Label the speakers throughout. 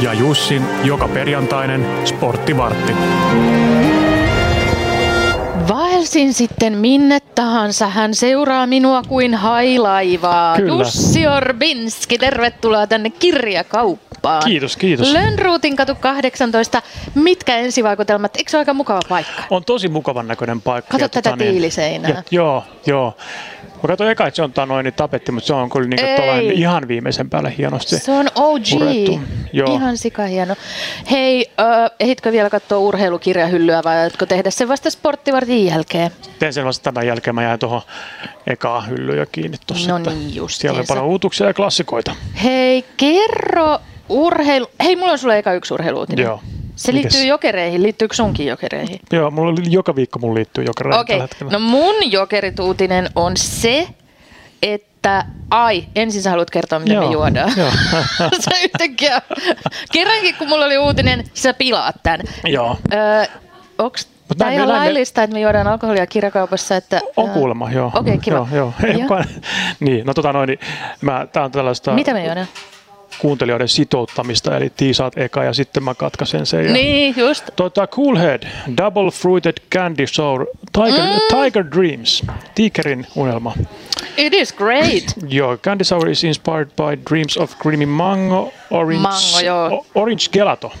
Speaker 1: ja Jussin joka perjantainen sporttivartti.
Speaker 2: Vaelsin sitten minne tahansa, hän seuraa minua kuin hailaivaa.
Speaker 3: Kyllä.
Speaker 2: Jussi Orbinski, tervetuloa tänne kirjakauppaan.
Speaker 3: Kiitos, kiitos.
Speaker 2: Lönnruutin katu 18, mitkä ensivaikutelmat? Eikö se ole aika mukava paikka?
Speaker 3: On tosi mukavan näköinen paikka.
Speaker 2: Kato
Speaker 3: ja tota niin,
Speaker 2: tätä tiiliseinää.
Speaker 3: Ja, joo, joo. Mä katsoin eka, että se on tää noin niin tapetti, mutta se on kyllä niin
Speaker 2: Ei.
Speaker 3: kuin ihan viimeisen päälle hienosti.
Speaker 2: Se on OG.
Speaker 3: purettu. Joo.
Speaker 2: Ihan sikahieno. Hei, ö, ehitkö vielä katsoa urheilukirjahyllyä vai aiotko tehdä sen vasta sporttivartin jälkeen?
Speaker 3: Tein sen vasta tämän jälkeen, mä jäin tuohon ekaa hyllyyn jo kiinni tuossa.
Speaker 2: No
Speaker 3: että
Speaker 2: niin, justiinsa.
Speaker 3: Siellä oli paljon uutuksia ja klassikoita.
Speaker 2: Hei, kerro urheilu... Hei, mulla on sulle eka yksi urheiluutinen.
Speaker 3: Joo.
Speaker 2: Se
Speaker 3: Mikäs?
Speaker 2: liittyy jokereihin. Liittyykö sunkin jokereihin?
Speaker 3: Joo, mulla oli, joka viikko mun liittyy jokereita
Speaker 2: Okei,
Speaker 3: tällä hetkellä.
Speaker 2: no mun jokerituutinen on se, että ai, ensin sä haluat kertoa, mitä me
Speaker 3: Joo,
Speaker 2: juodaan.
Speaker 3: joo.
Speaker 2: sä yhtäkkiä, kerrankin kun mulla oli uutinen, sä pilaat tämän.
Speaker 3: Joo.
Speaker 2: Öö, onks
Speaker 3: Mut
Speaker 2: tää
Speaker 3: näin
Speaker 2: ihan
Speaker 3: me elämme-
Speaker 2: laillista, että me juodaan alkoholia kirjakaupassa? Että,
Speaker 3: On
Speaker 2: öö,
Speaker 3: kuulemma, joo.
Speaker 2: Okei, kiva.
Speaker 3: Joo, joo. Ei
Speaker 2: Joo.
Speaker 3: kukaan- niin, no tota noin, niin mä, tää on tällaista
Speaker 2: Mitä me juodaan?
Speaker 3: kuuntelijoiden sitouttamista, eli tiisaat eka ja sitten mä katkaisen sen. Ja...
Speaker 2: Niin, just.
Speaker 3: Tota, Coolhead, Double Fruited Candy Sour, Tiger, mm. Tiger Dreams, Tigerin unelma.
Speaker 2: It is great.
Speaker 3: Joo, Candy Sour is inspired by dreams of creamy mango, orange,
Speaker 2: Mango, joo. Oh.
Speaker 3: o- orange gelato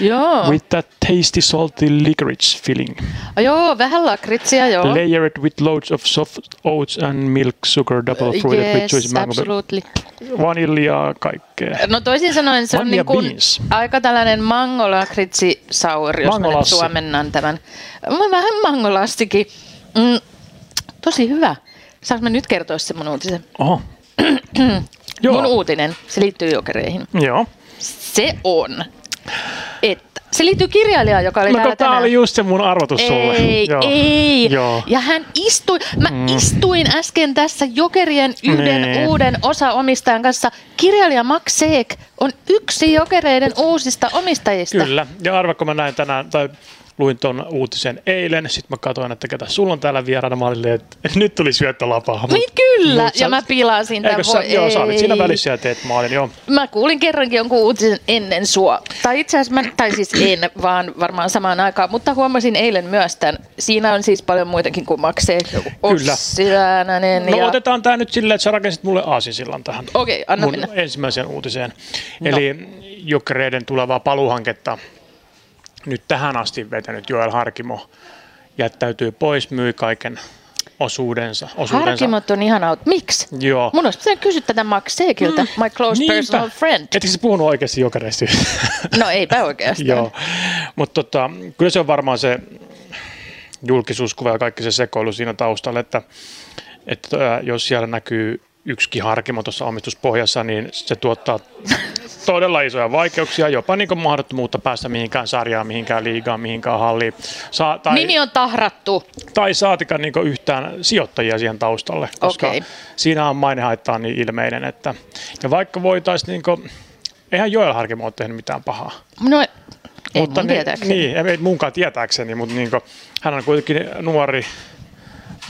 Speaker 2: joo.
Speaker 3: with that tasty salty licorice filling,
Speaker 2: joo, vähän lakritsia, joo.
Speaker 3: layered with loads of soft oats and milk sugar, double fruited with juicy
Speaker 2: Uh, Yes,
Speaker 3: mango,
Speaker 2: absolutely.
Speaker 3: vaniljaa, kaikkea.
Speaker 2: No toisin sanoen se on
Speaker 3: Vanilla
Speaker 2: niin kuin
Speaker 3: beans.
Speaker 2: aika tällainen mangolakritsi sour, jos mä nyt
Speaker 3: Mangolassi.
Speaker 2: suomennan tämän. Mä vähän mangolastikin. Mm, tosi hyvä. Saanko mä nyt kertoa sen mun uutisen?
Speaker 3: Oho. Oh. Joo.
Speaker 2: Mun uutinen, se liittyy jokereihin.
Speaker 3: Joo.
Speaker 2: Se on, että se liittyy kirjailijaan, joka oli
Speaker 3: No,
Speaker 2: täällä
Speaker 3: tämä
Speaker 2: tänään.
Speaker 3: oli just se mun arvotus sulle.
Speaker 2: Ei,
Speaker 3: Joo.
Speaker 2: ei.
Speaker 3: Joo.
Speaker 2: Ja hän istui, mä mm. istuin äsken tässä Jokerien yhden
Speaker 3: Niin.
Speaker 2: uuden osaomistajan kanssa. Kirjailija Max Seek on yksi Jokereiden uusista omistajista.
Speaker 3: Kyllä, ja arva, kun mä näin tänään, tai luin tuon uutisen eilen, sitten mä katsoin, että ketä sulla on täällä vieraana, mä olin, silleen, että nyt tuli syöttölapaa.
Speaker 2: Niin kyllä, ja mä pilasin tämän.
Speaker 3: Eikö sä, joo, sä olit siinä välissä ja teet maalin, joo.
Speaker 2: Mä kuulin kerrankin jonkun uutisen ennen sua. Tai itse asiassa mä, tai siis en, vaan varmaan samaan aikaan, mutta huomasin eilen myös tämän. Siinä on siis paljon muitakin kuin Max Seek.
Speaker 3: Kyllä.
Speaker 2: Ossiainen
Speaker 3: No
Speaker 2: ja...
Speaker 3: otetaan tämä nyt silleen, että sä rakensit mulle aasinsillan tähän
Speaker 2: Okei, anna
Speaker 3: mun
Speaker 2: mennä. No.
Speaker 3: ensimmäiseen uutiseen. Eli Jokereiden tulevaa paluhanketta nyt tähän asti vetänyt Joel Harkimo jättäytyy pois, myy kaiken osuudensa. osuudensa.
Speaker 2: Harkimot on ihan out. Miksi?
Speaker 3: Joo. Mm.
Speaker 2: Mun olisi pitänyt kysyä tätä Max Seekiltä, my close personal friend.
Speaker 3: Etkö sä puhunut oikeasti jokereista?
Speaker 2: No eipä oikeastaan.
Speaker 3: Joo, mutta tota, kyllä se on varmaan se julkisuuskuva ja kaikki se sekoilu siinä taustalla, että, että ää, jos siellä näkyy yksikin harkimo tuossa omistuspohjassa, niin se tuottaa todella isoja vaikeuksia, jopa niin kuin mahdottomuutta päästä mihinkään sarjaan, mihinkään liigaan, mihinkään halliin. Saa, tai,
Speaker 2: Nimi on tahrattu.
Speaker 3: tai saatikaan niin yhtään sijoittajia siihen taustalle, koska
Speaker 2: Okei.
Speaker 3: okay. siinä on mainehaittaa niin ilmeinen. Että, ja vaikka voitaisiin, niin kuin, eihän Joel Harkimo ole tehnyt mitään pahaa.
Speaker 2: No, ei
Speaker 3: Mutta
Speaker 2: mun
Speaker 3: niin-
Speaker 2: tietääkseni.
Speaker 3: Niin, ei- ei munkaan tietääkseni, mutta niin kuin, hän on kuitenkin nuori,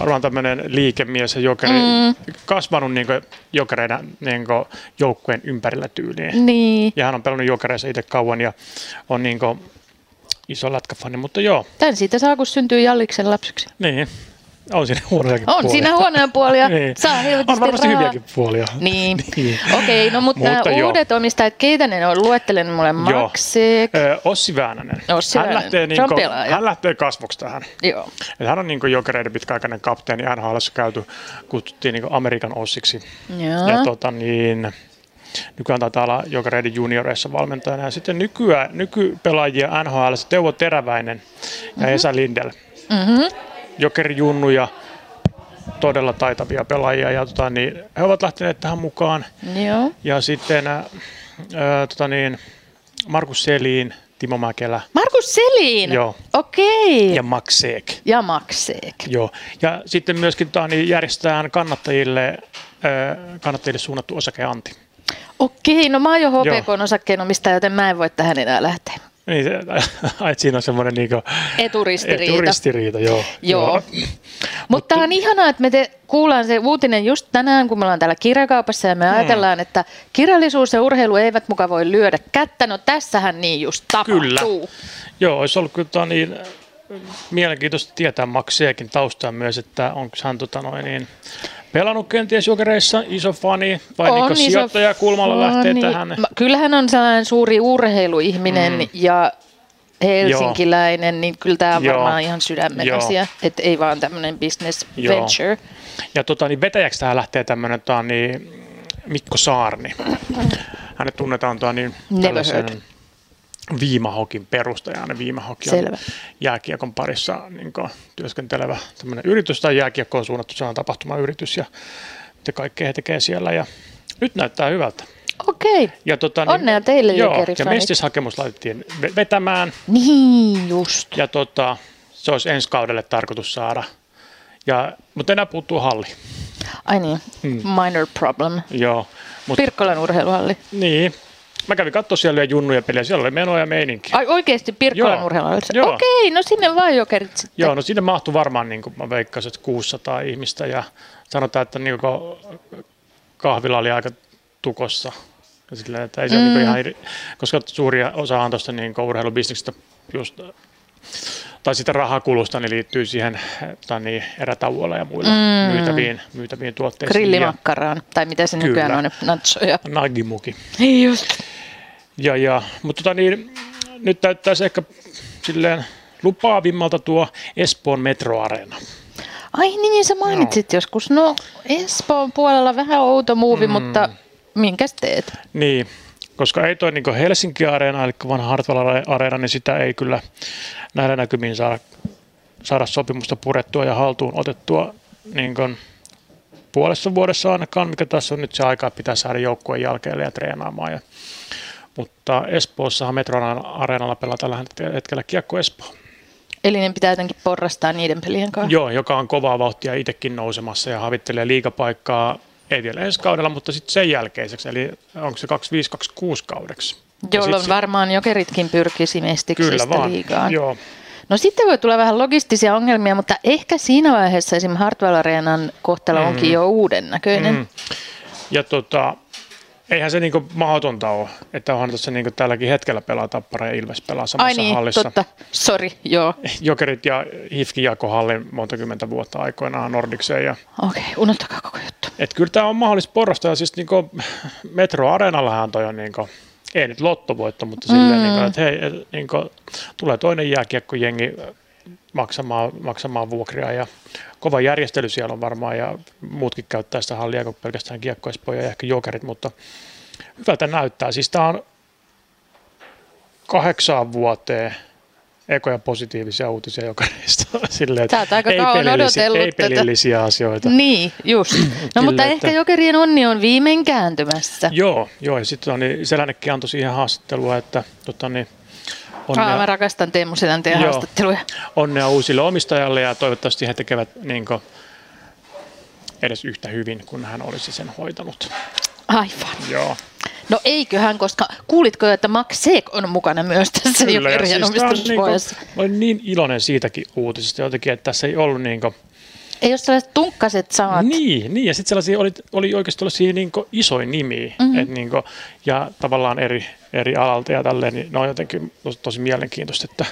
Speaker 3: varmaan tämmöinen liikemies ja jokeri, mm. kasvanut niin jokereina niin joukkueen ympärillä tyyliin.
Speaker 2: Niin.
Speaker 3: Ja hän on pelannut jokereissa itse kauan ja on niin kuin, iso lätkäfani, mutta joo,
Speaker 2: Tän siitä saa, kun syntyy Jalliksen lapseksi.
Speaker 3: niin. On siinä Niin. huonojakin
Speaker 2: On
Speaker 3: puolia.
Speaker 2: siinä huonoja puolia. Saa helvetisti
Speaker 3: On varmasti
Speaker 2: rahaa.
Speaker 3: hyviäkin puolia.
Speaker 2: Niin.
Speaker 3: Niin.
Speaker 2: Okei, okay, no mutta,
Speaker 3: Mutta
Speaker 2: nämä
Speaker 3: joo.
Speaker 2: uudet omistajat, keitä ne on? Luettelen mulle
Speaker 3: Joo.
Speaker 2: Max Seek.
Speaker 3: Ö, Ossi Väänänen.
Speaker 2: Ossi
Speaker 3: hän,
Speaker 2: Väänänen.
Speaker 3: lähtee,
Speaker 2: Se on
Speaker 3: niin kuin,
Speaker 2: pelaaja.
Speaker 3: hän lähtee kasvoksi tähän.
Speaker 2: Joo.
Speaker 3: Et hän on niin jokereiden pitkäaikainen kapteeni, nhl käyty, kutsuttiin niin Amerikan ossiksi.
Speaker 2: Joo.
Speaker 3: Ja tota, niin, nykyään taitaa olla jokereiden junioreissa valmentajana. Ja sitten nykyään, nykypelaajia NHL, Teuvo Teräväinen ja mm-hmm. Esa Lindel. Mm-hmm. Jokerijunnuja, todella taitavia pelaajia. Ja tota, niin, he ovat lähteneet tähän mukaan.
Speaker 2: Joo.
Speaker 3: Ja sitten äh, äh, tota, niin, Markus Selin, Timo Mäkelä
Speaker 2: Markus Selin.
Speaker 3: Joo.
Speaker 2: Okei. Okay.
Speaker 3: ja
Speaker 2: Ja,
Speaker 3: Max Seek.
Speaker 2: ja Max Seek.
Speaker 3: Joo, ja sitten myöskin tota, niin järjestetään kannattajille, ö, kannattajille suunnattu osakeanti.
Speaker 2: Okei, no mä oon jo
Speaker 3: Joo.
Speaker 2: HPK-osakkeenomistaja, joten mä en voi tähän enää lähteä.
Speaker 3: niin, se- ai, siinä on semmoinen niin
Speaker 2: Eturistiriita.
Speaker 3: eturistiriita joo.
Speaker 2: Joo. Mutta on ihanaa, että me te kuullaan se uutinen just tänään, kun me ollaan täällä kirjakaupassa ja me
Speaker 3: Hmm.
Speaker 2: mm. ajatellaan, että kirjallisuus ja urheilu eivät muka voi lyödä kättä. No tässähän niin just
Speaker 3: Kyllä.
Speaker 2: tapahtuu.
Speaker 3: Joo, olisi ollut kyllä tota, niin, mielenkiintoista tietää Maxiakin taustaa myös, että onko hän tota, noin, niin, pelannut kenties jokereissa, iso fani, vai niin,
Speaker 2: iso
Speaker 3: sijoittaja kulmalla lähtee
Speaker 2: fani.
Speaker 3: tähän. Hmm.
Speaker 2: Ma- niin- Kyllähän on sellainen suuri urheiluihminen mm. ja helsinkiläinen, niin kyllä tämä on
Speaker 3: Joo.
Speaker 2: varmaan ihan sydämen
Speaker 3: Joo.
Speaker 2: asia, että ei vaan tämmöinen business
Speaker 3: Joo.
Speaker 2: venture.
Speaker 3: Ja tota, niin vetäjäksi tähän lähtee tämmöinen tota, niin, Mikko Saarni. Hänet tunnetaan tota, niin,
Speaker 2: Never
Speaker 3: tällaisen
Speaker 2: heard.
Speaker 3: viimahokin perustajana. Viimahoki on
Speaker 2: Selvä.
Speaker 3: jääkiekon parissa niin kuin, työskentelevä tämmöinen yritys tai jääkiekkoon suunnattu sellainen tapahtumayritys ja mitä kaikkea he tekee siellä. Ja nyt näyttää hyvältä.
Speaker 2: Okei, okay.
Speaker 3: Ja, tota,
Speaker 2: Onnea teille,
Speaker 3: joo,
Speaker 2: jokerifanit.
Speaker 3: ja mestishakemus laitettiin ve- vetämään
Speaker 2: niin just.
Speaker 3: ja tota, se olisi ensi kaudelle tarkoitus saada. Ja, mutta enää puuttuu halli.
Speaker 2: Ai niin, minor problem.
Speaker 3: Joo. Hmm. Mut,
Speaker 2: Pirkkolan urheiluhalli.
Speaker 3: Niin. Mä kävin katsoa siellä ja junnuja peliä. Siellä oli menoa ja meininki.
Speaker 2: Ai oikeasti Pirkkolan
Speaker 3: Joo.
Speaker 2: urheiluhalli?
Speaker 3: Joo.
Speaker 2: Okei, no sinne vaan jokerit sitten.
Speaker 3: Joo, no sinne mahtui varmaan, niin kuin mä veikkasin, että 600 ihmistä. Ja sanotaan, että niin kahvila oli aika tukossa. Ja Sillä, että ei se mm. niin ihan eri, koska suuria osa on tuosta niin urheilubisneksestä just, tai sitä rahakulusta, niin liittyy siihen tai niin, erätauolla ja muilla mm. myytäviin, myytäviin tuotteisiin.
Speaker 2: Grillimakkaraan, tai mitä se nykyään
Speaker 3: Kyllä.
Speaker 2: on, nachoja.
Speaker 3: Ja nagimuki.
Speaker 2: Niin just.
Speaker 3: Ja, ja, mutta tota niin, nyt näyttäisi ehkä silleen lupaavimmalta tuo Espoon metroareena.
Speaker 2: Ai niin, niin sä mainitsit no. joskus. No Espoon puolella vähän outo muuvi, mm. mutta minkäs teet?
Speaker 3: Niin, koska ei toi niin Helsinki areena, eli vanha Hartwall areena, niin sitä ei kyllä näillä näkymiin saada, saada sopimusta purettua ja haltuun otettua niin kuin puolessa vuodessa ainakaan, mikä tässä on nyt se aika, että pitää saada joukkueen jälkeelle ja treenaamaan. Ja, mutta Espoossahan Metroareena- areenalla pelaa tällä hetkellä kiekko Espoo.
Speaker 2: Eli ne pitää jotenkin porrastaa niiden pelien kanssa.
Speaker 3: Joo, joka on kovaa vauhtia itsekin nousemassa ja havittelee liikapaikkaa, ei vielä ensi kaudella, mutta sitten sen jälkeiseksi, eli onko se 25-26 kaudeksi. Ja
Speaker 2: Jolloin
Speaker 3: sit se-
Speaker 2: varmaan jokeritkin pyrkisi
Speaker 3: Kyllä
Speaker 2: mestiksestä
Speaker 3: vaan,
Speaker 2: liigaan.
Speaker 3: joo.
Speaker 2: No sitten voi tulla vähän logistisia ongelmia, mutta ehkä siinä vaiheessa esim. Hartwell Areenan kohtalo mm. onkin jo uuden näköinen. Mm.
Speaker 3: Ja tota, eihän se niinku mahdotonta ole, että onhan tuossa niinku tälläkin hetkellä pelaa Tappara ja Ilves pelaa
Speaker 2: Ai
Speaker 3: samassa
Speaker 2: niin,
Speaker 3: hallissa.
Speaker 2: totta. Sori, joo.
Speaker 3: Jokerit ja Hifki jako hallin monta kymmentä vuotta aikoinaan Nordikseen ja
Speaker 2: Okei, okay, unohtakaa koko juttu.
Speaker 3: Et kyllä tämä on mahdollista porrasta ja siis niinku, Metro Areenallahan toi on niinku, ei nyt lottovoitto, mutta mm. silleen, niinku, että hei, et, niinku, tulee toinen jääkiekkojengi maksamaan, maksamaan vuokria ja kova järjestely siellä on varmaan ja muutkin käyttää sitä hallia kuin pelkästään kiekkoispoja ja ehkä jokerit, mutta hyvältä näyttää. Siis tämä on kahdeksaan vuoteen ekoja positiivisia uutisia jokaisesta. Silleen, että
Speaker 2: Sä oot aika
Speaker 3: ei
Speaker 2: kauan
Speaker 3: pelillisiä- ei
Speaker 2: odotellut tätä.
Speaker 3: pelillisiä asioita.
Speaker 2: Niin, just. No mutta
Speaker 3: että-
Speaker 2: ehkä jokerien onni on viimein kääntymässä.
Speaker 3: Joo, joo ja sitten niin Selännekin antoi siihen haastattelua, että tota, niin,
Speaker 2: Aa, Ah, mä
Speaker 3: onnea,
Speaker 2: rakastan Teemu Selänteen
Speaker 3: Joo.
Speaker 2: haastatteluja.
Speaker 3: onnea uusille omistajalle ja toivottavasti he tekevät niin kuin, edes yhtä hyvin, kun hän olisi sen hoitanut.
Speaker 2: Aivan.
Speaker 3: Joo.
Speaker 2: No eiköhän, koska kuulitko jo, että Max Seek on mukana myös tässä
Speaker 3: ja
Speaker 2: jokerien
Speaker 3: tää on niinku-
Speaker 2: omistuspohjassa?
Speaker 3: mä olin niin iloinen siitäkin uutisesta jotenkin, että tässä ei ollut niin kuin,
Speaker 2: Ei ole sellaiset tunkkaset sanat.
Speaker 3: Niin, niin, ja sitten sellaisia oli, oli oikeasti tällaisia niin isoja nimiä, mm-hmm. et niin kuin, ja tavallaan eri, eri alalta ja tälleen, niin ne on jotenkin tosi, tosi mielenkiintoista, että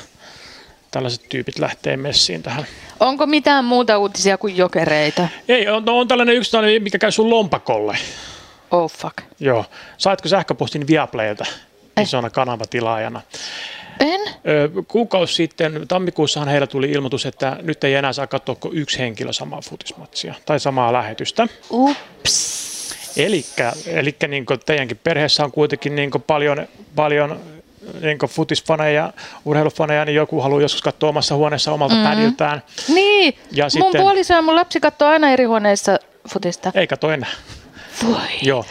Speaker 3: tällaiset tyypit lähtee messiin tähän.
Speaker 2: Onko mitään muuta uutisia kuin jokereita?
Speaker 3: Ei, on, no on tällainen yksi, tällainen, mikä käy sun lompakolle.
Speaker 2: Oh fuck.
Speaker 3: Joo. Saatko sähköpostin Viaplaylta isona kanavatilaajana?
Speaker 2: En?
Speaker 3: Ö, kuukausi sitten, tammikuussahan heillä tuli ilmoitus, että nyt ei enää saa katsoa kuin yksi henkilö samaa futismatsia tai samaa lähetystä.
Speaker 2: Ups.
Speaker 3: Elikkä, elikkä niin teidänkin perheessä on kuitenkin niin paljon, paljon niin futisfaneja, urheilufaneja, niin joku haluaa joskus katsoa omassa huoneessa omalta mm-hmm. pädiltään.
Speaker 2: Niin,
Speaker 3: Ja
Speaker 2: mun
Speaker 3: sitten-
Speaker 2: puoliso ja mun lapsi katsoo aina eri huoneissa futista.
Speaker 3: Ei kato enää. E-
Speaker 2: Voi.
Speaker 3: Joo,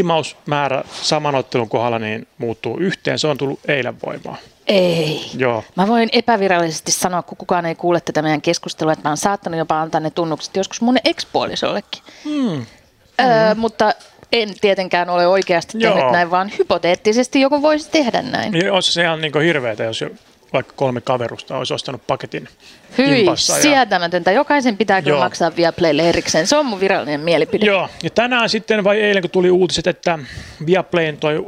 Speaker 3: striimausmäärä saman ottelun kohdalla niin muuttuu yhteen. Se on tullut eilen voimaan.
Speaker 2: Ei.
Speaker 3: Joo.
Speaker 2: Mä voin epävirallisesti sanoa, kun kukaan ei kuule tätä meidän keskustelua, että mä oon
Speaker 3: Hmm.
Speaker 2: saattanut jopa antaa ne tunnukset joskus mun ex-puolisollekin. Mm. Öö, mutta en tietenkään ole oikeasti tehnyt
Speaker 3: Joo.
Speaker 2: näin, vaan hypoteettisesti joku voisi tehdä näin.
Speaker 3: Niin olisi se ihan niin hirveätä, jos jo vaikka kolme kaverusta olisi ostanut paketin
Speaker 2: Hyi,
Speaker 3: kimpassa ja-
Speaker 2: sietämätöntä. Jokaisen pitää kyllä
Speaker 3: Joo.
Speaker 2: maksaa Viaplaylle erikseen. Se on mun virallinen mielipide.
Speaker 3: Joo, ja tänään sitten vai eilen, kun tuli uutiset, että Viaplayn toi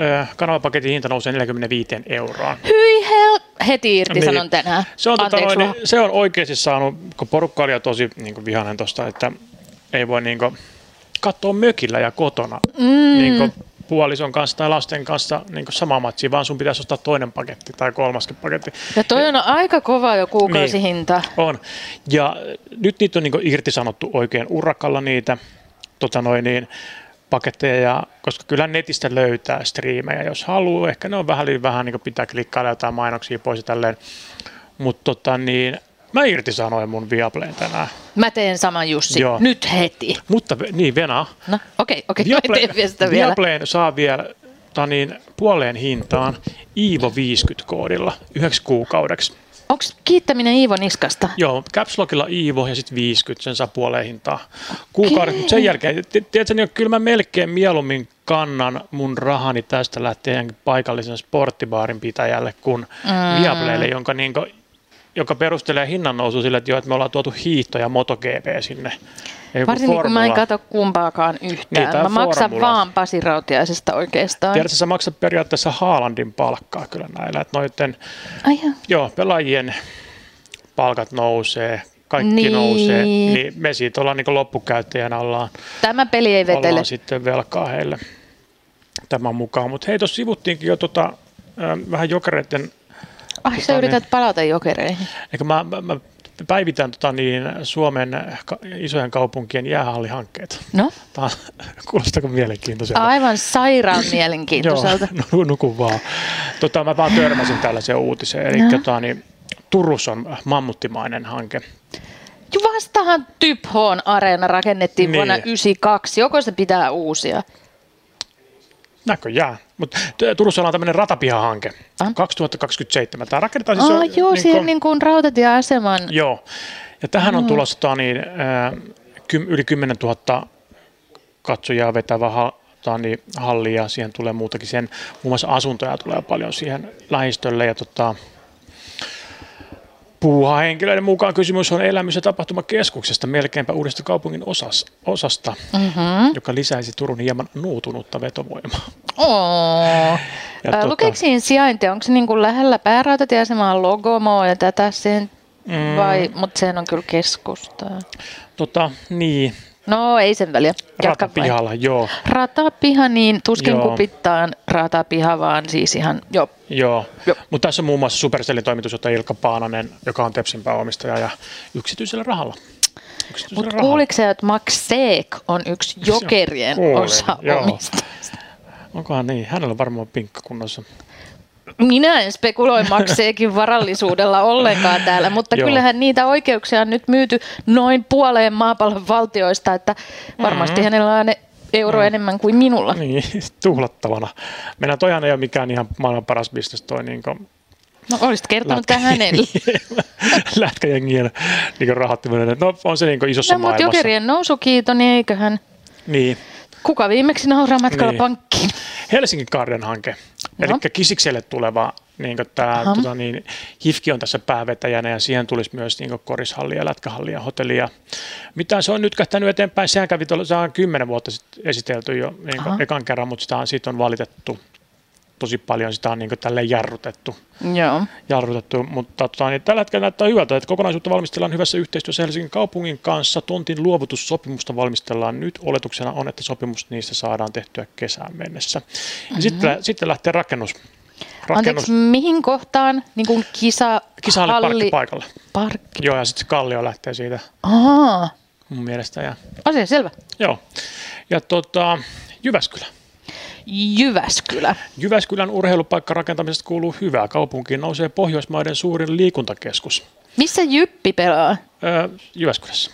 Speaker 3: ö, kanavapaketin hinta nousee 45 euroon.
Speaker 2: Hyi hel... Heti irti
Speaker 3: Niin.
Speaker 2: sanon tänään.
Speaker 3: Se on, tota,
Speaker 2: Anteeksi
Speaker 3: noin,
Speaker 2: vaan.
Speaker 3: niin, se on oikeasti saanut, kun porukka oli jo tosi niin kuin vihainen tuosta, että ei voi niin kuin, katsoa mökillä ja kotona mm. niin kuin, puolison kanssa tai lasten kanssa niin kuin sama matsi, vaan sun pitäisi ostaa toinen paketti tai kolmaskin paketti.
Speaker 2: Ja toi on aika kova jo kuukausihinta. Niin.
Speaker 3: On. Ja nyt niitä on niin irtisanottu oikein urakalla niitä tota noin, niin, paketteja, ja, koska kyllä netistä löytää striimejä, jos haluaa. Ehkä ne on vähän, liian vähän niin pitää klikkailla jotain mainoksia pois ja tälleen. Mutta tota, niin, mä irtisanoin mun Viaplayn tänään.
Speaker 2: Mä teen saman Jussi. Joo.
Speaker 3: Joo.
Speaker 2: Nyt heti.
Speaker 3: Mutta ve- niin, Vena.
Speaker 2: No okei, okei. Mä teen vielä sitä vielä.
Speaker 3: Viaplayn saa vielä tota niin, puoleen hintaan Iivo 50-koodilla yhdeksi kuukaudeksi.
Speaker 2: Onko kiittäminen Iivo Niskasta?
Speaker 3: Joo, Caps Lockilla Iivo ja sitten 50, sen saa puoleen hintaa kuukaudet. Mutta sen jälkeen, ti- tiedätkö, niin kyllä mä melkein mieluummin kannan mun rahani tästä lähtien paikallisen sporttibaarin pitäjälle kuin mm. Viaplaylle, jonka niin kuin, joka perustelee hinnan nousu sillä, että, joo, että me ollaan tuotu hiihto ja MotoGP sinne. Ja joku
Speaker 2: Varsinkin kun mä en
Speaker 3: formula.
Speaker 2: kato kumpaakaan
Speaker 3: Niin,
Speaker 2: yhtään.
Speaker 3: tää
Speaker 2: mä maksan
Speaker 3: formula.
Speaker 2: vaan Pasi Rautiaisesta oikeastaan.
Speaker 3: Tiedätkö, sä maksat periaatteessa Haalandin palkkaa kyllä näillä, että noiden
Speaker 2: Ai joo.
Speaker 3: Joo, pelaajien palkat nousee, kaikki niin.
Speaker 2: Niin.
Speaker 3: nousee, niin me siitä ollaan niin loppukäyttäjänä ollaan,
Speaker 2: Tämä peli ei vetele.
Speaker 3: ollaan siis sitten velkaa heille tämän mukaan. Mutta hei, tuossa sivuttiinkin jo tota, ö, vähän jokereiden,
Speaker 2: Ai sä
Speaker 3: niin.
Speaker 2: yrität palata jokereihin.
Speaker 3: eikö mä, mä, mä päivitän tota niin, Suomen ka- isojen kaupunkien jäähallihankkeet.
Speaker 2: No,
Speaker 3: Tää on, kuulostaako mielenkiintoiselta?
Speaker 2: aivan sairaan mielenkiintoiselta.
Speaker 3: Joo, no, nuku vaan. Tota, mä vaan törmäsin tällaiseen uutiseen. Eli
Speaker 2: No.
Speaker 3: no. tota, niin, Turussa on mammuttimainen hanke.
Speaker 2: Ju, Vastahan Typhoon areena rakennettiin
Speaker 3: Niin.
Speaker 2: vuonna 1992. Joko se pitää uusia?
Speaker 3: Näköjään. Mutta Turussa on tämmöinen ratapihahanke.
Speaker 2: Ah.
Speaker 3: 2027. Tämä rakennetaan siis...
Speaker 2: Siis ah,
Speaker 3: on
Speaker 2: joo,
Speaker 3: niinku-
Speaker 2: siihen niin kuin rautatieaseman.
Speaker 3: Joo. Ja tähän on tulossa tota, niin, ää, kym, yli 10 000 katsojaa vetävä ha, tota, niin, halli ja siihen tulee muutakin. Sen, muun muassa asuntoja tulee paljon siihen lähistölle ja tota, Puuha henkilöiden mukaan kysymys on elämys- ja tapahtumakeskuksesta, melkeinpä uudesta kaupungin osas, osasta, mm-hmm. joka lisäisi Turun hieman nuutunutta vetovoimaa.
Speaker 2: Oo.
Speaker 3: Ja
Speaker 2: Tota...
Speaker 3: tota-
Speaker 2: Lukeeko siinä sijaintia? Onko se niin kuin lähellä päärautatieasemaa Logomoa ja tätä sen? Mm. Vai, mutta sehän on kyllä keskustaa.
Speaker 3: Tota, niin,
Speaker 2: No ei sen väliä. Jatka vain.
Speaker 3: ratapihalla, joo.
Speaker 2: Ratapiha, niin tuskin joo.
Speaker 3: Joo.
Speaker 2: kupittaan ratapiha, vaan siis ihan, joo.
Speaker 3: Joo,
Speaker 2: Joo.
Speaker 3: mutta tässä on muun muassa Supercellin toimitusjohtaja Ilkka Paananen, joka on Tepsin pääomistaja ja yksityisellä rahalla. Yksityisellä
Speaker 2: Mutta kuuliko sä, että Max Seek on yksi jokerien
Speaker 3: Kuulin,
Speaker 2: osa
Speaker 3: joo.
Speaker 2: omista?
Speaker 3: Onkohan niin? Hänellä on varmaan pinkka kunnossa.
Speaker 2: Minä en spekuloi makseekin varallisuudella ollenkaan täällä, mutta
Speaker 3: Joo.
Speaker 2: kyllähän niitä oikeuksia on nyt myyty noin puoleen maapallon valtioista, että varmasti mm-hmm. hänellä on ne euro mm. enemmän kuin minulla. Niin.
Speaker 3: Niin, tuhlattavana. Meillä toihan ei ole mikään ihan maailman paras bisnes toi niin
Speaker 2: No olisit kertonut tämän hänelle.
Speaker 3: lätkäjengien niin rahattiminen. No on se niin isossa
Speaker 2: No, mutta
Speaker 3: maailmassa.
Speaker 2: jokerien nousukiito, niin eiköhän
Speaker 3: Niin.
Speaker 2: kuka viimeksi nauraa matkalla niin.
Speaker 3: Niin.
Speaker 2: pankkiin?
Speaker 3: Helsingin Garden hanke.
Speaker 2: Joo.
Speaker 3: Eli Kisikselle tuleva niin tämä,
Speaker 2: Aha.
Speaker 3: tota, niin, HIFKI on tässä päävetäjänä ja siihen tulisi myös niin korishallia, lätkähallia, hotellia. Mitä se on nyt kähtänyt eteenpäin? Sehän kävi tuolla, sehän on kymmenen vuotta sitten esitelty jo niin
Speaker 2: Aha.
Speaker 3: ekan kerran, mutta sitä on, siitä on valitettu tosi paljon, sitä on niin tälle jarrutettu.
Speaker 2: Joo.
Speaker 3: jarrutettu mutta tota, niin tällä hetkellä näyttää hyvältä, että kokonaisuutta valmistellaan hyvässä yhteistyössä Helsingin kaupungin kanssa. Tontin luovutussopimusta valmistellaan nyt. Oletuksena on, että sopimus niistä saadaan tehtyä kesään mennessä. Ja mm-hmm. sitten, sitten lähtee rakennus. rakennus
Speaker 2: Anteeksi, mihin kohtaan niin kuin kisa,
Speaker 3: Kisahalle
Speaker 2: halli-
Speaker 3: parkkipaikalla.
Speaker 2: parkki.
Speaker 3: Joo, ja sitten se kallio lähtee siitä
Speaker 2: Aa,
Speaker 3: mun mielestä. Ja,
Speaker 2: asia selvä.
Speaker 3: joo. Ja tota, Jyväskylä.
Speaker 2: Jyväskylä.
Speaker 3: Jyväskylän urheilupaikkarakentamisesta kuuluu hyvää. Kaupunkiin nousee Pohjoismaiden suurin liikuntakeskus
Speaker 2: Missä Jyppi pelaa?
Speaker 3: öö, Jyväskylässä.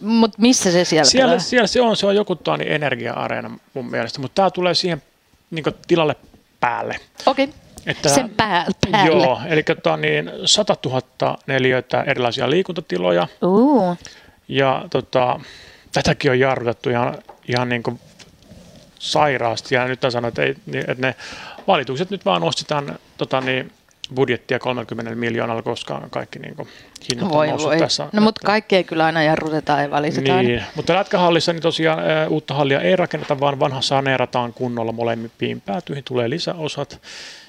Speaker 2: Mutta missä se siellä,
Speaker 3: Siellä,
Speaker 2: pelaa?
Speaker 3: siellä se on, se on joku tuoni energia-areena mun mielestä, mutta tämä tulee siihen niin tilalle päälle.
Speaker 2: Okei,
Speaker 3: Että-
Speaker 2: sen pää, päälle. Joo.
Speaker 3: Joo, eli tota, niin 100 000 neliötä erilaisia liikuntatiloja
Speaker 2: Uh,
Speaker 3: ja tota, tätäkin on jarrutettu ihan, ihan niin kuin sairaasti. Ja nyt hän sanoi, että, ei, niin, että ne valitukset nyt vaan nostetaan tota, niin, budjettia 30 miljoonalla, koska kaikki niin kuin, hinnat
Speaker 2: Voi
Speaker 3: on noussut
Speaker 2: voi.
Speaker 3: tässä.
Speaker 2: No mutta kaikki ei kyllä aina jarruteta ja valisteta. aina.
Speaker 3: Niin, mutta lätkähallissa niin tosiaan ä, uutta hallia ei rakenneta, vaan vanha saneerataan kunnolla molempiin päätyihin, tulee lisäosat.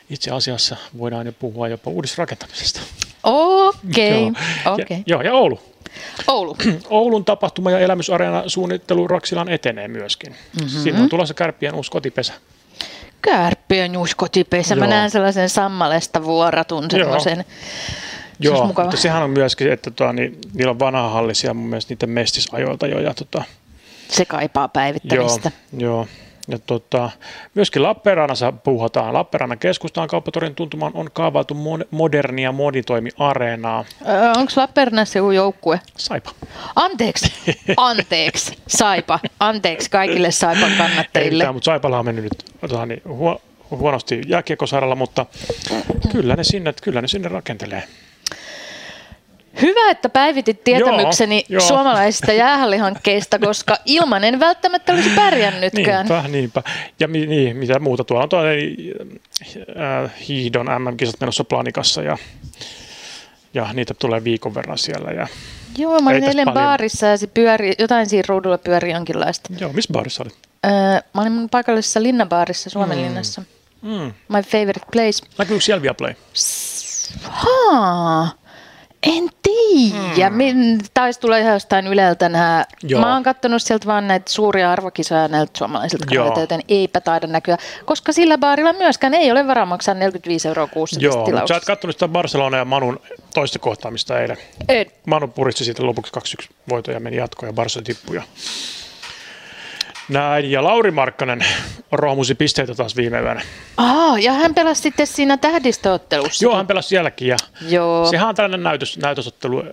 Speaker 3: Itse asiassa voidaan jo puhua jopa uudisrakentamisesta.
Speaker 2: Okei,
Speaker 3: Joo.
Speaker 2: okei.
Speaker 3: Ja, joo, ja Oulu.
Speaker 2: Oulu.
Speaker 3: Oulun tapahtuma- ja elämysareena suunnittelu Raksilan etenee myöskin. Mm-hmm.
Speaker 2: Mhm.
Speaker 3: Siinä on tulossa kärppien uusi kotipesä.
Speaker 2: Kärppien uusi kotipesä. Mä
Speaker 3: Joo.
Speaker 2: näen sellaisen sammalesta vuoratun
Speaker 3: Joo.
Speaker 2: semmoisen.
Speaker 3: Joo,
Speaker 2: olisi mukava.
Speaker 3: mutta sehän on myöskin, että tota, niin, niillä on vanha halli siellä mun mielestä niiden mestisajoilta jo. Ja, tota,
Speaker 2: Se kaipaa
Speaker 3: joo,
Speaker 2: päivittämistä.
Speaker 3: joo. Ja tota, myöskin Lappeenrannassa puhutaan. Lappeenrannan keskustaan kauppatorin tuntumaan on kaavailtu mon- modernia monitoimiareenaa.
Speaker 2: Ö, Onko Lappeenrannassa joku joukkue?
Speaker 3: Saipa.
Speaker 2: Anteeksi, anteeksi, Saipa. Anteeksi kaikille Saipan
Speaker 3: Ei
Speaker 2: kannattajille.
Speaker 3: mitään, mutta Saipalla on mennyt nyt tota, niin, huo- huonosti jääkiekkosaralla, mutta kyllä ne sinne, kyllä ne sinne rakentelee.
Speaker 2: Hyvä, että päivitit tietämykseni
Speaker 3: Joo, joo.
Speaker 2: suomalaisista jäähallihankkeista, koska ilman en välttämättä olisi pärjännytkään.
Speaker 3: Niinpä, niinpä. Ja mi, niin, mitä muuta tuolla on tuo äh, hiihdon MM-kisat menossa Planikassa ja, ja niitä tulee viikon verran siellä. Ja,
Speaker 2: Joo, mä
Speaker 3: Ei
Speaker 2: olin
Speaker 3: tässä
Speaker 2: eilen
Speaker 3: paljon.
Speaker 2: baarissa ja se pyöri, jotain siinä ruudulla pyöri jonkinlaista.
Speaker 3: joo, missä baarissa oli?
Speaker 2: Öö, mä olin mun paikallisessa Linnabaarissa Suomenlinnassa.
Speaker 3: Mm.
Speaker 2: My favorite place.
Speaker 3: Näkyykö siellä Viaplay?
Speaker 2: Haa, en tiedä. Mm. Taisi tulla ihan jostain Yleltä nämä.
Speaker 3: Joo.
Speaker 2: Mä oon kattonut sieltä vaan näitä suuria arvokisoja näiltä suomalaisilta
Speaker 3: Joo.
Speaker 2: kanavilta, joten eipä taida näkyä. Koska sillä baarilla myöskään ei ole varaa maksaa 45 euroa kuussa tästä
Speaker 3: Joo, mutta sä et
Speaker 2: tilauksesta.
Speaker 3: katsonut sitä Barcelona ja Manun toista kohtaamista eilen.
Speaker 2: En.
Speaker 3: Manu puristi siitä lopuksi 2-1 voitoja meni jatkoon ja Barca tippui. Ja... Näin, ja Lauri Markkanen rohmusi pisteitä taas viime yönä.
Speaker 2: Aa, ja hän pelasi sitten siinä tähdistöottelussa.
Speaker 3: Joo, hän pelasi sielläkin ja
Speaker 2: Joo.
Speaker 3: Sehän on tällainen näytös, näytösottelu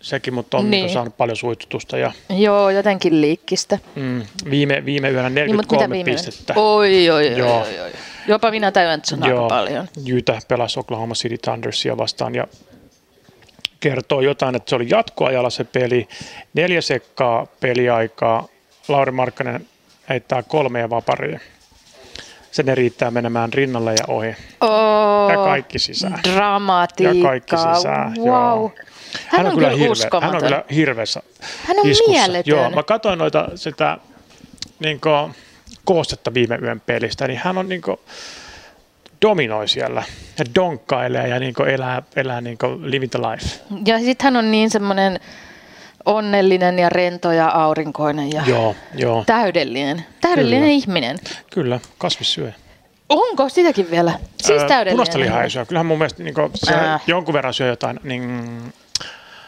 Speaker 3: sekin, mutta on
Speaker 2: Niin.
Speaker 3: niin. saanut paljon suitsutusta. Ja,
Speaker 2: Joo, jotenkin liikkistä.
Speaker 3: mm, viime, viime yönä
Speaker 2: Niin, mutta
Speaker 3: 43
Speaker 2: mitä viime yönä?
Speaker 3: pistettä.
Speaker 2: Oi, oi, oi,
Speaker 3: Joo.
Speaker 2: oi, oi. Jopa minä tajun, että se on aika paljon.
Speaker 3: Jytä pelasi Oklahoma City Thundersia vastaan ja kertoo jotain, että se oli jatkoajalla se peli. Neljä sekkaa peliaikaa. Lauri Markkanen heittää kolmea vaparia. Sen ne riittää menemään rinnalle ja ohi.
Speaker 2: Oh,
Speaker 3: Ja kaikki sisään.
Speaker 2: Dramatiikkaa.
Speaker 3: Ja kaikki sisään,
Speaker 2: Wow.
Speaker 3: joo.
Speaker 2: Hän, on, kyllä,
Speaker 3: hirveä-
Speaker 2: uskomaton.
Speaker 3: Hän on kyllä hirveässä
Speaker 2: Hän on
Speaker 3: iskussa.
Speaker 2: mieletön.
Speaker 3: Joo, mä katsoin noita sitä niin kuin, koostetta viime yön pelistä, niin hän on niin kuin, dominoi siellä ja donkkailee ja niin kuin, elää, elää niin kuin, living the life.
Speaker 2: Ja sitten hän on niin semmoinen onnellinen ja rento ja aurinkoinen ja
Speaker 3: Joo, joo
Speaker 2: täydellinen. Täydellinen
Speaker 3: Kyllä.
Speaker 2: ihminen.
Speaker 3: kyllä, kasvissyöjä.
Speaker 2: Onko sitäkin vielä? Siis
Speaker 3: Ää,
Speaker 2: täydellinen.
Speaker 3: Punaista lihaa ei syö. Kyllähän mun mielestä niin kuin, se
Speaker 2: Ää.
Speaker 3: jonkun verran syö jotain niin,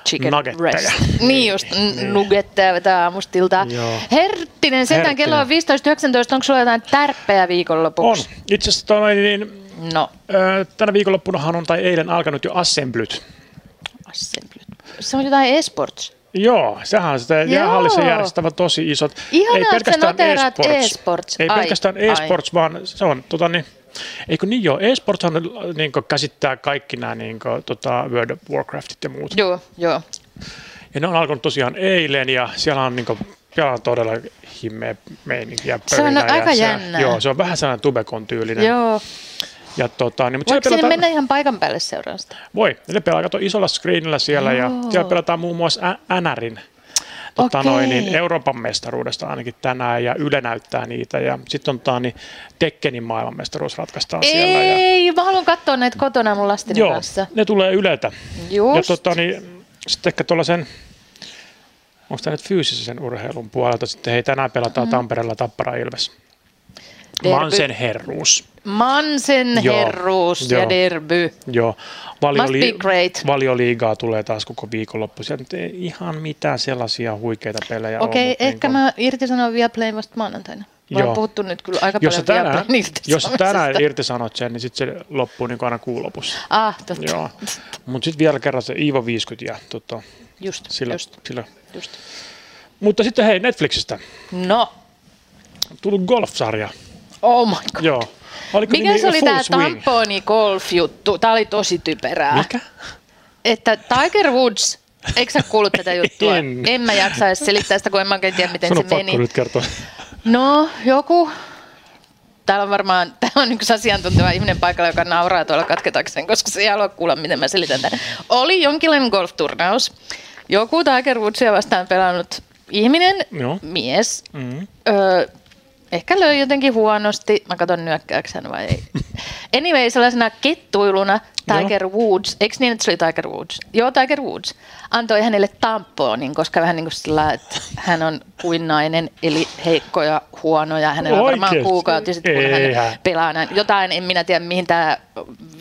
Speaker 2: Chicken
Speaker 3: Nuggetteja.
Speaker 2: breast. Niin just, niin. nugetteja vetää aamustilta.
Speaker 3: Joo.
Speaker 2: Herttinen, sentään kello on 15.19.
Speaker 3: Herttinen.
Speaker 2: Onko sulla jotain tärppejä
Speaker 3: On.
Speaker 2: viikonlopuksi?
Speaker 3: Itse asiassa toi, niin,
Speaker 2: No,
Speaker 3: ö, tänä viikonloppunahan on tai eilen alkanut jo assemblyt.
Speaker 2: assembly. Se on jotain esports.
Speaker 3: Joo, sehän on sitä jäähallissa järjestävä tosi isot.
Speaker 2: Ihanaa,
Speaker 3: ei
Speaker 2: että sä
Speaker 3: pelkästään
Speaker 2: noteeraat
Speaker 3: e-sports.
Speaker 2: e-sports.
Speaker 3: Ei
Speaker 2: Ai,
Speaker 3: pelkästään
Speaker 2: ai.
Speaker 3: e-sports, vaan se on, tota niin, eikö niin joo, e-sports niin käsittää kaikki nämä niin kuin, tota, World of Warcraftit ja muut.
Speaker 2: Joo, joo.
Speaker 3: Ja ne on alkanut tosiaan eilen ja siellä on niin kuin, siellä on todella himmeä meininki ja
Speaker 2: Se on
Speaker 3: pöhinä ja
Speaker 2: aika
Speaker 3: se-
Speaker 2: jännää.
Speaker 3: Joo, se on vähän sellainen Tubekon tyylinen.
Speaker 2: joo.
Speaker 3: Ja, tota, niin, mutta
Speaker 2: Voiko
Speaker 3: siellä
Speaker 2: sinne
Speaker 3: pelataan,
Speaker 2: mennä ihan paikan päälle seuraan sitä?
Speaker 3: Voi, ja ne pelaa kato isolla screenillä siellä ja
Speaker 2: Joo.
Speaker 3: siellä pelataan muun muassa Ä- NRin tota
Speaker 2: Okei.
Speaker 3: noin, niin Euroopan mestaruudesta ainakin tänään ja Yle näyttää niitä. Ja sitten on tää, niin Tekkenin maailmanmestaruus ratkaistaan siellä. Ja,
Speaker 2: Ei, mä haluan katsoa näitä kotona mun lasten
Speaker 3: joo,
Speaker 2: kanssa.
Speaker 3: ne tulee Yleltä. Ja
Speaker 2: Just.
Speaker 3: tota, niin, sitten ehkä tuollaisen, onko tämä nyt fyysisen urheilun puolelta, sitten hei tänään pelataan mm. Tampereella Tappara Ilves.
Speaker 2: Mm-hmm. Derby.
Speaker 3: Mansen herruus.
Speaker 2: Mansen
Speaker 3: Joo,
Speaker 2: herruus ja
Speaker 3: joo.
Speaker 2: derby.
Speaker 3: Joo,
Speaker 2: Must be great.
Speaker 3: valioliigaa tulee taas koko viikonloppu. Sieltä nyt ei ihan mitään sellaisia huikeita pelejä
Speaker 2: Okei,
Speaker 3: ole.
Speaker 2: okay, ehkä mä irtisanon Viaplayn vasta maanantaina. Mä oon
Speaker 3: niinku- Joo.
Speaker 2: puhuttu nyt kyllä aika
Speaker 3: Jos sä
Speaker 2: paljon
Speaker 3: tänään,
Speaker 2: Viaplayn
Speaker 3: jos sä tänään
Speaker 2: irtisanomisesta.
Speaker 3: irtisanot sen, niin sitten se loppuu niin aina kuun lopussa.
Speaker 2: Ah, totta.
Speaker 3: Joo. Mutta sitten vielä kerran se Iivo 50 ja tota,
Speaker 2: Just,
Speaker 3: sillä,
Speaker 2: just,
Speaker 3: sillä.
Speaker 2: just.
Speaker 3: Mutta sitten hei, Netflixistä
Speaker 2: No,
Speaker 3: on tullut golfsarja.
Speaker 2: oh my god.
Speaker 3: Joo. Oliko
Speaker 2: Mikä
Speaker 3: nimi
Speaker 2: se oli
Speaker 3: Full
Speaker 2: tämä
Speaker 3: Swing?
Speaker 2: tamponi golf juttu? Tämä oli tosi typerää.
Speaker 3: Mikä?
Speaker 2: Että Tiger Woods, eikö sä kuullut tätä juttua?
Speaker 3: En.
Speaker 2: en mä jaksa edes selittää sitä, kun en mä oikein tiedä, miten
Speaker 3: Sun on
Speaker 2: se
Speaker 3: pakko
Speaker 2: meni.
Speaker 3: nyt kertoa.
Speaker 2: No, joku Täällä on varmaan täällä on yksi asiantunteva ihminen paikalla, joka nauraa tuolla katketakseen, koska se ei halua kuulla, miten mä selitän tämän. Oli jonkinlainen golfturnaus. Joku Tiger Woodsia vastaan pelannut ihminen,
Speaker 3: Joo.
Speaker 2: mies,
Speaker 3: Mm.
Speaker 2: Öö, ehkä löi jotenkin huonosti. Mä katson nyökkääksen vai ei. Anyway, sellaisena kettuiluna Tiger Woods, eikö niin, että se oli Tiger Woods? Joo, Tiger Woods antoi hänelle tamponin, koska vähän niin kuin sillä, että hän on kuin nainen, eli heikko ja huono, ja hänellä on varmaan
Speaker 3: Oikeesti?
Speaker 2: kuukauti sitten, kun
Speaker 3: Eihän.
Speaker 2: hän pelaa näin. Jotain, en minä tiedä, mihin tämä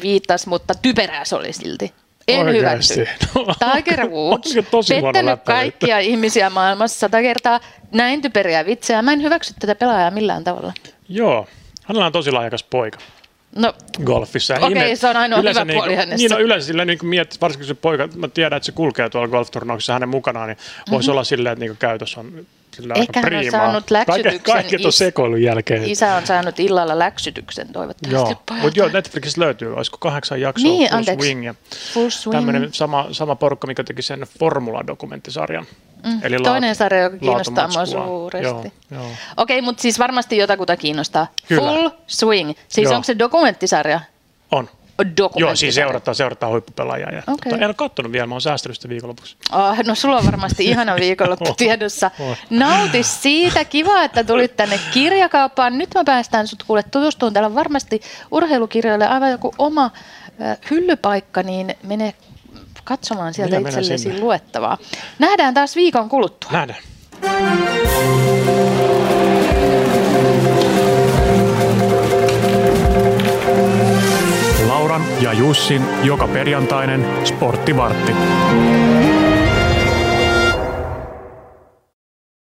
Speaker 2: viittasi, mutta typerää se oli silti. En
Speaker 3: Oikeesti?
Speaker 2: hyväksy.
Speaker 3: No,
Speaker 2: Tiger
Speaker 3: onko-
Speaker 2: Woods,
Speaker 3: onko tosi huono
Speaker 2: pettänyt
Speaker 3: läppä nyt?
Speaker 2: kaikkia ihmisiä maailmassa sata kertaa, näin typeriä vitsejä. Mä en hyväksy tätä pelaajaa millään tavalla.
Speaker 3: Joo. Hänellä on tosi lahjakas poika.
Speaker 2: No,
Speaker 3: golfissa.
Speaker 2: Okei,
Speaker 3: Ihme-
Speaker 2: se on ainoa
Speaker 3: yleensä
Speaker 2: hyvä
Speaker 3: niin,
Speaker 2: puoli hänessä.
Speaker 3: Niin, no yleensä sillä niin miet, varsinkin se poika, mä tiedän, että se kulkee tuolla golfturnauksessa hänen mukanaan, niin mm-hmm. voisi olla silleen, että niin käytös on sillä
Speaker 2: Mhm. Ehkä
Speaker 3: aika
Speaker 2: hän on
Speaker 3: priimaa.
Speaker 2: saanut läksytyksen
Speaker 3: kaiken tuon
Speaker 2: is-
Speaker 3: sekoilun jälkeen.
Speaker 2: isä on saanut illalla läksytyksen toivottavasti
Speaker 3: Joo,
Speaker 2: pojalta.
Speaker 3: mutta joo, Netflixistä löytyy, olisiko kahdeksan jaksoa
Speaker 2: Niin,
Speaker 3: Full
Speaker 2: anteeksi.
Speaker 3: Swing ja
Speaker 2: Full swing.
Speaker 3: tämmöinen sama, sama porukka, mikä teki sen Formula-dokumenttisarjan. Mm, Eli
Speaker 2: Toinen sarja, joka kiinnostaa mua
Speaker 3: laatumatskua.
Speaker 2: suuresti.
Speaker 3: Joo, joo.
Speaker 2: Okei, mutta siis varmasti jotakuta kiinnostaa.
Speaker 3: Kyllä.
Speaker 2: Full Swing. Siis
Speaker 3: Joo.
Speaker 2: onko se dokumenttisarja?
Speaker 3: On.
Speaker 2: Dokumenttisarja.
Speaker 3: Joo, siis seurataan, seurataan huippupelaajaa. Ja,
Speaker 2: Okei.
Speaker 3: tota, en ole kattonut vielä, mä oon säästänyt sitä viikonlopuksi.
Speaker 2: Oh, no sulla on varmasti ihana viikonloppu tiedossa. Nauti siitä. Kiva, että tulit tänne kirjakauppaan. Nyt mä päästään sut kuule tutustumaan. Täällä on varmasti urheilukirjoille aivan joku oma äh, hyllypaikka, niin mene katsomaan sieltä
Speaker 3: Minä menen
Speaker 2: itsellesi
Speaker 3: sinne.
Speaker 2: luettavaa. Nähdään taas viikon kuluttua.
Speaker 3: Nähdään.
Speaker 1: Lauran ja Jussin joka perjantainen sporttivartti.